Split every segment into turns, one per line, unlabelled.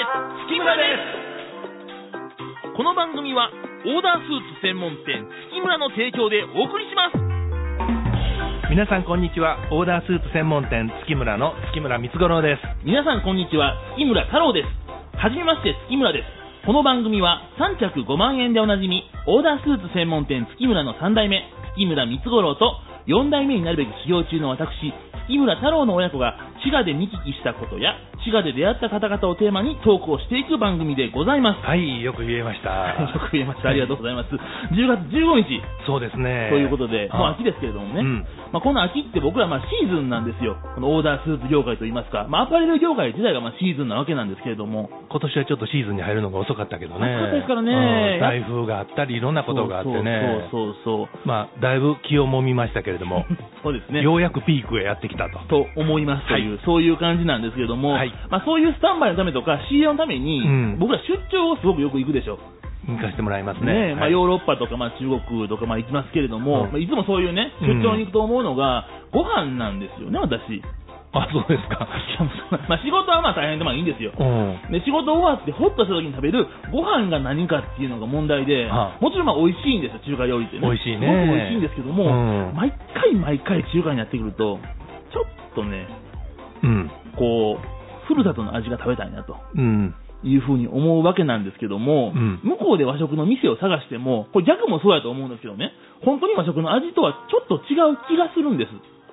村ですこの番組はオーダースーツ専門店月村の提供でお送りします
皆さんこんにちはオーダースーツ専門店月村の月村光五郎です
皆さんこんにちは月村太郎ですはじめまして月村ですこの番組は3着5万円でおなじみオーダースーツ専門店月村の3代目月村光五郎と4代目になるべく修行中の私月村太郎の親子が滋賀で見聞きしたことや滋賀で出会った方々をテーマにトークをしていく番組でございます
はい よく言えました
よく言えましたありがとうございます10月15日
そうですね
ということで、もう
あ
秋ですけれどもね、
うん
まあ、この秋って僕らまあシーズンなんですよ、このオーダースーツ業界といいますか、まあ、アパレル業界自体がまあシーズンなわけなんですけれども、
今年はちょっとシーズンに入るのが遅かったけどね
遅かったですからね
うん台風があったりいろんなことがあってね
そうそうそうそう
まあだいぶ気をもみましたけれども
そうです ね。
ようやくピークへやってきたと
と思いますという、そういう感じなんですけれども、
はい
まあ、そういうスタンバイのためとか、CA のために、
うん
僕ら出張をすごくよく行くでしょ、
行かせてもらいます
ね
ね
まあ、
はい
ヨーロッパとか、まあ、中国とか、まあ、行きますけれども、
うん
まあ、いつもそういうね、出張に行くと思うのが、ご飯なんですよね、私。
あそうです か
まあ、仕事はまあ大変でまあいいんですよ。
うん
で仕事終わってホッとした時に食べるご飯が何かっていうのが問題で、
はあ
もちろんまあ美味しいんですよ、中華料理ってね。
美味しい
す
ね
ごく美味しいんですけども、
うん
毎回毎回中華になってくると、ちょっとね、
うん
こう、ふるさとの味が食べたいなと
うん
いうふうに思うわけなんですけども、
うん
向こうで和食の店を探しても、これ逆もそうやと思うんですけどね、本当に和食の味とはちょっと違う気がするんです。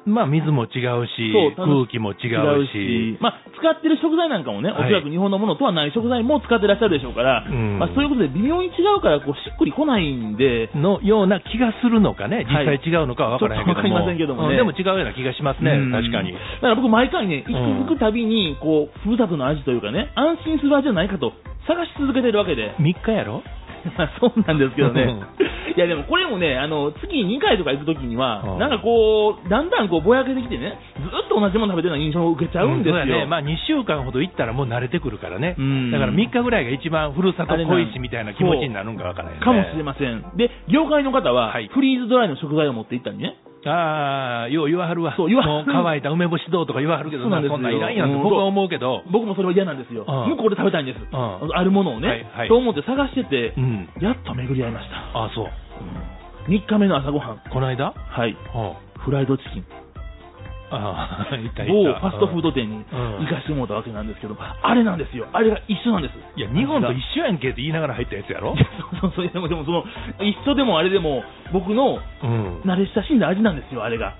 まあ水も違うし
そうただ
空気も違うし
まあ、使ってる食材なんかもね、
はい
おそらく日本のものとはない食材も使ってらっしゃるでしょうから、
うん
まあ、そういうことで微妙に違うからこうしっくりこないんで、
のような気がするのかね、実
はい
際違うのかは分からへんけど
ちょっとわ
も、
かりませんけどもね
うでも違うような気がしますね、
うん
確かに。
だから僕、毎回ね、行
うん
く行くたびに、こう、ふるさとの味というかね、安心する味じゃないかと探し続けてるわけで、
3日やろ
まあそうなんですけどね
うん。
いや、でもこれもね、あの、月2回とか行くときに
う
は、
ん
なんかこう、だんだんこう、ぼやけてきてね、ずっと同じもの食べてるような印象を受けちゃうんですよ。
そうやね、まあ、2週間ほど行ったらもう慣れてくるからね、
うん
だから3日ぐらいが一番ふるさと恋しみたいな気持ちになるんか分からへんね。
かもしれません。で、業界の方は、
はい
フリーズドライの食材を持って行ったりね。
ああ、よう言わはるわ、
そう言わは
も
る
う乾いた梅干しどうとか言わはるけどな、
そう
そ
なん
ん
です
な
よ
んいらんやん
うん
と僕は思うけど、
僕もそれは嫌なんですよ。
うん
向こうで食べたいんです。
ん
あるものをね、
はいはい
と思って探してて、
うん、
やっと巡り合いました。
ああ、そう、
3日目の朝ごはん。
この間、
はい。
うん
フライドチキン。
ああ、行った
某
行
フ
った。
ァストフード店に
うん
行かしてもらったわけなんですけど、あれなんですよ。あれが一緒なんです。
いや、日本と一緒やんけって言いながら入ったやつやろ
いや。 そうそうそうでもでもその、一緒でもあれでも、僕の
うん
慣れ親しんだ味なんですよ、あれが。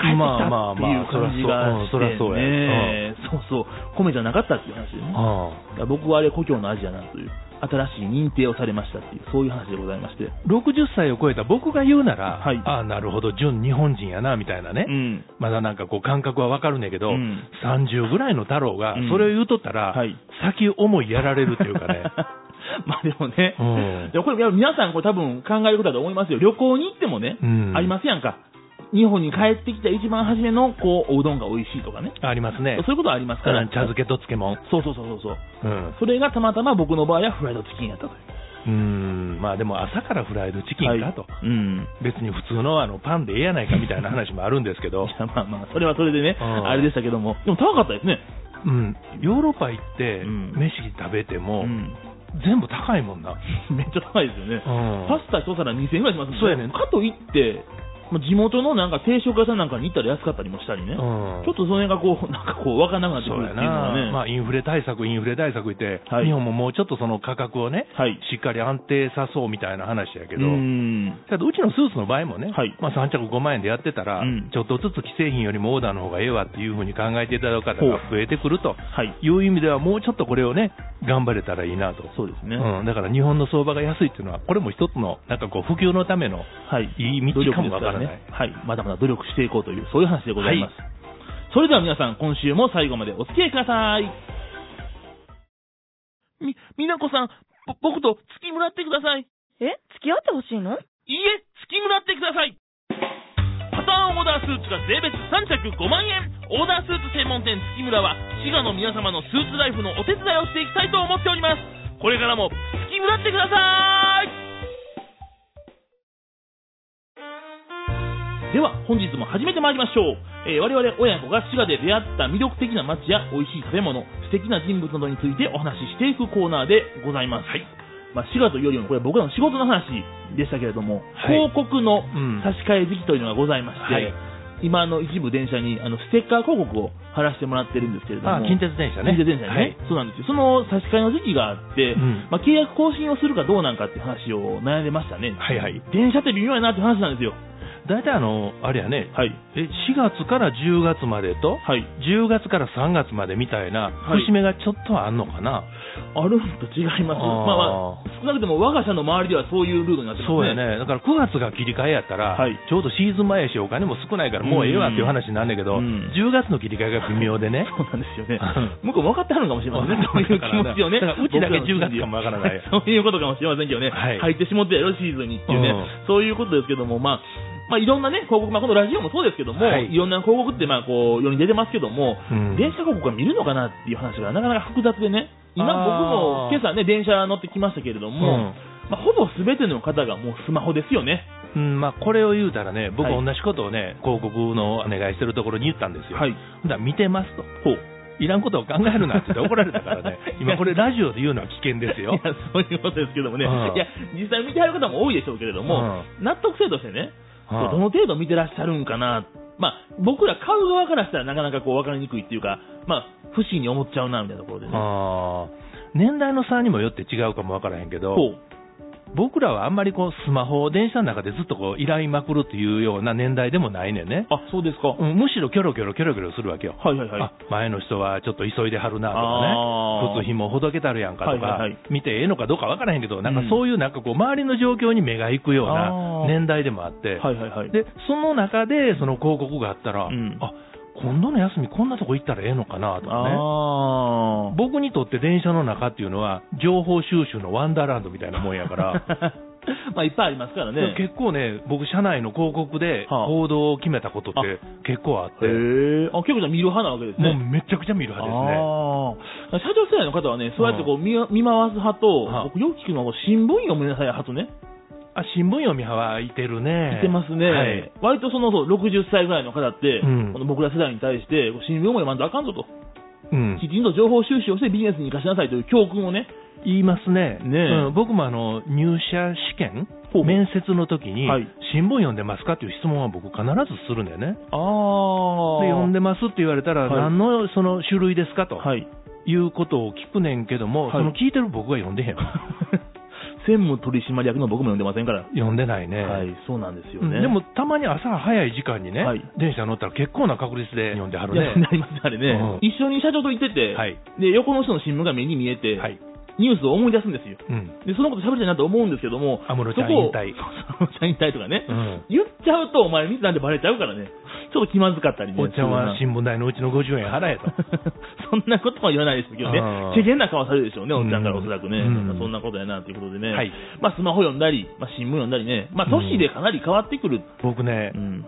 帰ってきたっていう感じがして、
まあまあまあそらそううんそらそうや
ねそうそう、米じゃなかったっていう話でね。だか
ああ
ら僕はあれ故郷の味やなという、新しい認定をされましたっていう、そういう話でございまして。
60歳を超えた僕が言うなら、
はい
ああ、なるほど、純日本人やなみたいなね、
うん。
まだなんかこう、感覚はわかるんやけど、
うん
30ぐらいの太郎が
うん
それを言うとったら、
はい
先思いやられるっていうかね、
まあでもね、
うん
でもこれいや皆さんこれ多分考えることだと思いますよ。旅行に行ってもね、
うん
ありますやんか。日本に帰ってきた一番初めのこうおうどんが美味しいとかね。
ありますね、
そういうことはありますか
う
ら。
ん茶漬けと漬物、
そうそうそうそうそう。
うん
それがたまたま僕の場合はフライドチキンやったという。
うん、まあでも朝からフライドチキンかと、
はいうん。
別に普通のあのパンでええやないかみたいな話もあるんですけ ど
い、やまあまあ、それはそれでね、
うん
あれでしたけども、でも高かったですね。
うん、ヨーロッパ行って
うん、
飯食べても、
うん。
全部高いもんな。
めっちゃ高いですよね。
うん
パスタ一皿2000円ぐらいしますもん
そうやねん
かといって、まあ地元のなんか定食屋さんなんかに行ったら安かったりもしたりね。
うん
ちょっとその辺がこう、なん かこう、わかんなくなってく
そう
るっ
や
ていうのは
な、
ね。
まあ、インフレ対策、インフレ対策言って、
はい
日本ももうちょっとその価格をね、
はい
しっかり安定さそうみたいな話やけ
う
ど、
ん。
ただうちのスーツの場合もね、
はい
まあ、3着5万円でやってたら、
うん
ちょっとずつ既製品よりもオーダーの方がええわっていうふうに考えていただく方が増えてくると
はい。
いう意味では、もうちょっとこれをね、頑張れたらいいなと。
そうですね。
うん、だから日本の相場が安いっていうのは、これも一つのなんかこう普及のための
はい。
いい
努
道
力
か
で
も
す
わ
か
から
ら
ない、
ね。はい。まだまだ努力していこうという、そういう話でございます。それでは皆さん、今週も最後までお付き合いください。み、みなこさん、ぼ、僕と月村ってください。
え付き合ってほしいの
いいえ、月村ってください。パターンオーダースーツが税別3着5万円。オーダースーツ専門店月村は、滋賀の皆様のスーツライフのお手伝いをしていきたいと思っております。これからも月村ってください。では本日も始めてまいりましょう、えー我々親子が滋賀で出会った魅力的な街や美味しい食べ物素敵な人物などについてお話ししていくコーナーでございます、はいまあ、滋賀というよりもこれは僕らの仕事の話でしたけれども、
はい
広告の
ん
差し替え時期というのがございまして、
はい
今あの一部電車にあのステッカー広告を貼らせてもらってるんですけれども
あ近鉄電車ね
近鉄電車ね、
はい
そうなんですよその差し替えの時期があって、
うん
まあ、契約更新をするかどうなんかって話を悩んでましたね、
はいはい
電車って微妙やなって話なんですよ
大体あのあれやね
はい
え4月から10月までと
はい
10月から3月までみたいな
はい
節目がちょっとはあんのかな、
あるんと違います
あー
まあまあ、少なくとも我が社の周りではそういうルールになってますね
そうやねだから9月が切り替えやったら、
はい
ちょうどシーズン前やしお金も少ないからもうええわっていう話になるんだけど、
うん
10月の切り替えが微妙 でね
そうなんですよね向こうも分かってはるのかもしれません ね
分
そう
かっ
い
て
う
は
気持
る
ちをね
だからうちだけ10月かも分からない
そういうことかもしれませんけどね、
はい
入ってしもってやろシーズンにっていうね、
うん
そういうことですけどもまあまあ、いろんなね、広告、まあ、このラジオもそうですけども、
はい
い、ろんな広告って、まあ、こう、世に出てますけども、
うん
電車広告が見るのかなっていう話がなかなか複雑でね、今
あー
僕も今朝ね、電車乗ってきましたけれど
う
も、
ん
まあ、ほぼ全ての方がもうスマホですよね。
うんまあ、これを言うたらね、僕、
は
同
い
じことをね、広告のお願いしてるところに言ったんですよ、
はい。、
ほんだら見てますと、いらんことを考えるなって言って怒られたからね 今、これ、ラジオで言うのは危険です
い
よ、
や、そういうことですけどもね、
うん
いや、実際見てはる方も多いでしょうけれども、納得性としてね、
うん
どの程度見てらっしゃるんかな、まあ、僕ら買う側からしたらなかなかこう分かりにくいっていうか、まあ、不思議に思っちゃうな、みたいなところでね。
あー年代の差にもよって違うかもわからへんけど、
こう
僕らはあんまりこうスマホを電車の中でずっとこう依頼まくるというような年代でもないねんね、
あ、そうですか。
うんむしろキョロキョロキョロキョロするわけよ、
はいはいはい。
あ前の人はちょっと急いではるなと
あ
か
ー
ね、靴ひもほどけたるやんかとか、
はいはいはい
見てええのかどうかわからへんけど、なん
う
か
ん
そういうなんかこう、周りの状況に目が行くよう
あー
な年代でもあって、
はいはいはい。
でその中でその広告があったら、
うん
あ今度の休み、こんなとこ行ったらええのかなとか
あ
ね。
ー
僕にとって電車の中っていうのは、情報収集のワンダーランドみたいなもんやから、
まあ、いっぱいありますから ね。
結構ね、僕、社内の広告で
はあ
行動を決めたことって結構あって、
へえ。あ、結構じゃあ見る派なわけです
もう
ね。
めちゃくちゃ見る派ですね。
ああ。社長世代の方はね、そうやってこう見,、見回す派
は
と
い、
僕よく聞くのはこう新聞読みなさい派とね、
あ新聞読みはいてるね。
いてますね。
はい。
割とそのそう60歳ぐらいの方って、
うん
この僕ら世代に対して、こう新聞も読まんとあかんぞと、
うん
きちんと情報収集をしてビジネスに生かしなさいという教訓をね、
言いますね。
ねえ
うん、僕もあの入社試験
ほう
面接の時に、
はい
新聞読んでますかっていう質問は僕必ずするんだよね。
あ
で
あ
読んでますって言われたら、
はい
何のその種類ですかと、、
はいい。
うことを聞くねんけども、
はい
その聞いてる僕は読んでへんわ
専務取締役の僕も読んでませんから。
読んでないね。
はい、そうなんですよ
うん
ね。
でもたまに朝早い時間にね、
はい
電車乗ったら結構な確率で読んではる
い や
ね
な。りますね、あれね、
うん
一緒に社長と行ってて、
はい
で、横の人の新聞が目に見えて、
はい。
ニュースを思い出すんですよ。
うん。
で、そのこと喋りたいなと思うんですけども、
安室ちゃん
そこを
引退
そうそう安室ちゃん引退とかね、
うん
言っちゃうと、お前、見てなんてバレちゃうからね、ちょっと気まずかったりね。
おっちゃんは
する
新聞代のうちの50円 払えと。
なそんなことは言わないですけどね
あー、
世間な顔されるでしょうね、おっちゃんから
う
お
ん
そらくね、
うん
そんなことやなということでね、
はい
まあ、スマホ読んだり、まあ、新聞読んだりね、まあ、都市でかなり変わってくる、
僕ね、
うん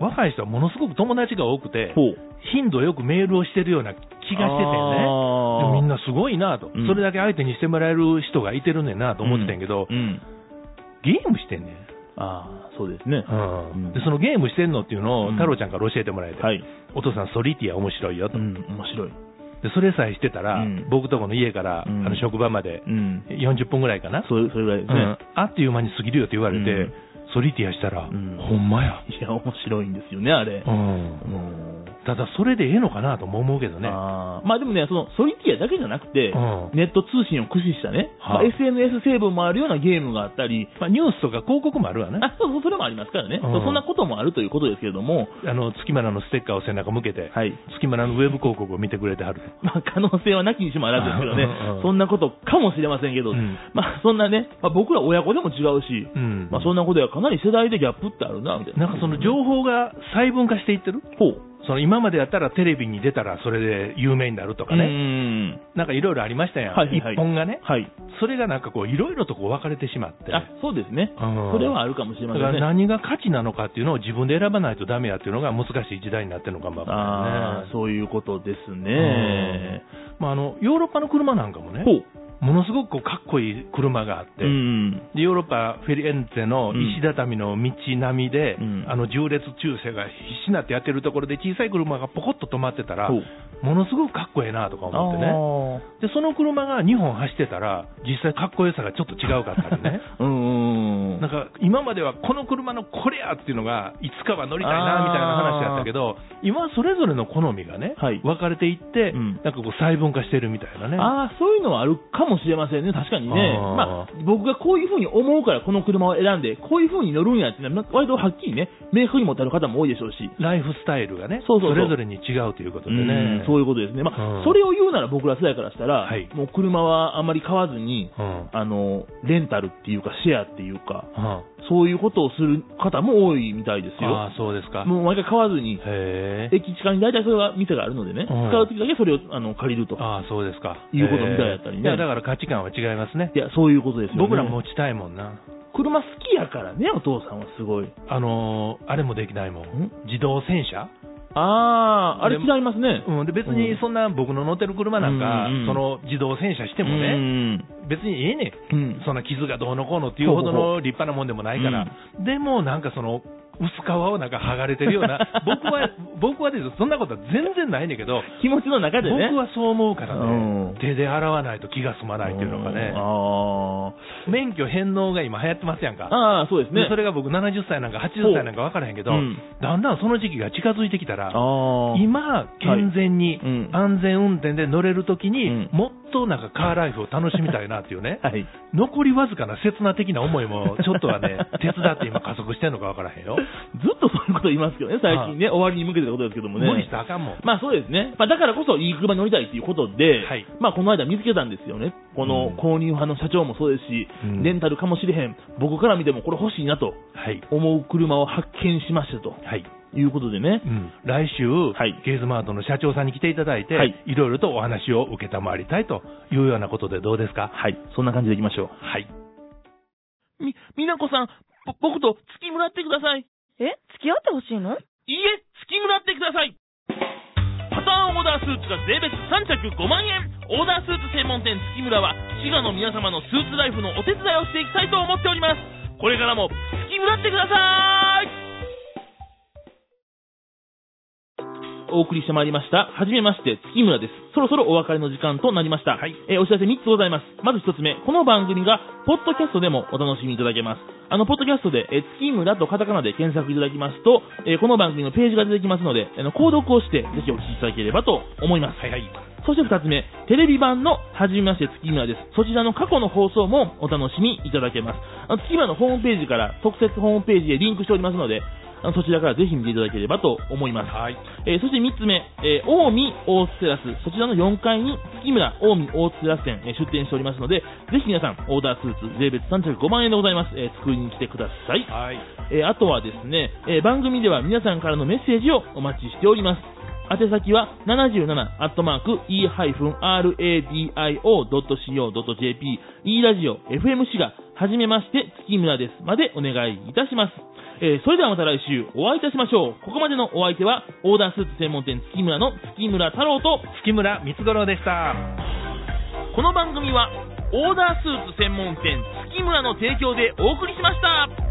若い人はものすごく友達が多くて、
ほう
頻度よくメールをしてるような気がしててね、
あー
でみんなすごいなと、
うん
それだけ相手にしてもらえる人がいてるねんなと思ってたんやけど、
うんうん
ゲームしてんねん、
ああ、そうですね。
うん
うん
で、そのゲームしてんのっていうのを
うん
太郎ちゃんから教えてもらえて、
はい。
お父さん、ソリティア面白いよと、
うん、面白い。
でそれさえしてたら、
うん
僕とこの家から、
うん
あの職場まで
うん。
40分ぐらいかな、
それ、それぐらいですね。
うんあっという間に過ぎるよって言われて、
うん
ソリティアしたら、
うん
ほんまや、
いや、面白いんですよね、あれ。
うん
うん
ただそれでええのかなとも思うけどね。
あーまあでもね、そのソリティアだけじゃなくて、
うん
ネット通信を駆使したね、まあ
はい
SNS 成分もあるようなゲームがあったり、
まあ、ニュースとか広告もあるわね。
あそうそうそれもありますからね、
うん
そんなこともあるということですけれども、
あの月村のステッカーを背中向けて、
はい
月村のウェブ広告を見てくれてはる。
まあ、可能性はなきにしもあらずですけどね
うんうんう、ん
そんなことかもしれませんけど、
うん
まあそんなね、まあ、僕ら親子でも違うし、
うん
まあ、そんなことやかなり世代でギャップってあるな、みたいな。
なんかその情報が細分化していってる、
報と
その今までやったらテレビに出たらそれで有名になるとか
かね。
ね、なんかいろいろありましたやん、
はいはいはい
一本がね、
はい。
それがなんかこう、いろいろとこう分かれてしまって、
あ、そうですね。
うん
それはあるかもしれ
だ
ま
か
せんね。
ら何が価値なのかっていうのを自分で選ばないとダメやっていうのが難しい時代になってるのかもわから
あ
ない
あ、
ね
そういうことです
うん
ね。
まああのヨーロッパの車なんかもね、
ほう。
ものすごくこうかっこいい車があって、
うん。
でヨーロッパフィレンツェの石畳の道並みで、
うん
あの縦列駐車が必死になってやってるところで小さい車がポコッと止まってたら
そう
ものすごくかっこええなとか思って
あ
ね
あ。
でその車が2本走ってたら実際かっこよさがちょっと違うかった りね
うんうんうん。
なんか今まではこの車のこれやっていうのがいつかは乗りたいなみたいな話だったけど今はそれぞれの好みがね、
はい
分かれていって、
うん
なんかこう細分化してるみたいなね
ああ、そういうのはあるかもしれませんね、確かにね。
あー
まあ、僕がこういうふうに思うからこの車を選んで、こういうふうに乗るんやっていうのは、割とはっきりね、明確に持ってある方も多いでしょうし。
ライフスタイルがね
そうそうそう
れぞれに違うということで
うん
ね。
そういうことですね。まあ、
うん
それを言うなら僕ら世代からしたら、
はい
もう車はあんまり買わずに、
うん
あの、レンタルっていうか、シェアっていうか、
うん
そういうことをする方も多いみたいです
あ
よ。
あ、そうですか。
もう毎回買わずに、
へえ。
駅近に大体それが店があるのでね、
うん
使う時だけそれをあの借りると。
ああ、そうですか。
いうことみたいだったりね
へえいや、だから価値観は違いますね。
いや、そういうことですよね。
僕ら持ちたいもんな。
車好きやからね、お父さんはすごい。
あのーあれもできないもん
ん。
自動洗車
ああ、あれ
で
違いますね。
うん。で、別にそんな僕の乗ってる車なんか、
うんうん
その自動洗車して
で
もね、別にええねん。
うん。
そんな傷がどうのこうのっていうほどの立派なもんでもないから、でもなんかその、薄皮をなんか剥がれてるよ うな、僕は、僕はですよそんなことは全然ないねんけど、
気持ちの中でね。
僕はそう思うから
うん
ね、手で洗わないと気が済まないっていうのが
ん
ね、
あ
免許返納が今流行ってますやん
あ。
か。
ああ、そうですね
で。それが僕70歳なんか80歳なんか分からへんけど、
うん
だんだんその時期が近づいてきたら、
ああ。
今、健全に、
はいうん
安全運転で乗れる時に、
うん、
もっとなんかカーライフを楽しみたいなっていうね
はい。
残りわずかな刹那的な思い も、ちょっとはね、手伝って今加速してんのか分からへんよ。
ずっとそういうこと言いますけどね、最近ね、終わりに向けてのことですけどもね。
無理したらあかんもん。
まあそうですね。まあだからこそいい車に乗りたいということで、
はい
まあこの間見つけたんですよね。この
うん
購入派の社長もそうですし、
うん
レンタルかもしれへん、僕から見てもこれ欲しいなと
はい。
思う車を発見しましたと
はい。
いうことでね
う。ん、来週、
い
ゲイズマートの社長さんに来ていただいて、
はい
い、ろいろとお話を受けたまわりたいというようなことでどうですか
はい、そんな感じでいきましょ
はい。
う。み、みなこさん、ぼ僕と月村ってください。
え付き合ってほしいの
いいえ、月村ってください。パターンオーダースーツが税別3着5万円。オーダースーツ専門店月村は、滋賀の皆様のスーツライフのお手伝いをしていきたいと思っております。これからも月村ってください。お送りしてまいりました。はじめまして、月村です。そろそろお別れの時間となりました。
はい
えーお知らせ3つございます。まず1つ目、この番組が、ポッドキャストでもお楽しみいただけます。あの、ポッドキャストで、えー月村とカタカナで検索いただきますと、えーこの番組のページが出てきますので、あの、購読をして、ぜひお聞きいただければと思います。
はいはい。
そして2つ目、テレビ版の、はじめまして月村です。そちらの過去の放送もお楽しみいただけます。あの月村のホームページから、特設ホームページへリンクしておりますので、あのそちらからぜひ見ていただければと思います。
はい。
えーそして3つ目、えー、近江大津テラス、そちらの4階に月村近江大津テラス店、えー出店しておりますので、ぜひ皆さん、オーダースーツ、税別305万円でございます。えー作りに来てください。
はい。
えーあとはですね、えー番組では皆さんからのメッセージをお待ちしております。宛先は 77-e-radio.co.jp e ラジオ FM 滋賀はじめまして月村ですまでお願いいたします。えーそれではまた来週お会いいたしましょう。ここまでのお相手はオーダースーツ専門店月村の月村太郎と
月村光五郎でした。
この番組はオーダースーツ専門店月村の提供でお送りしました。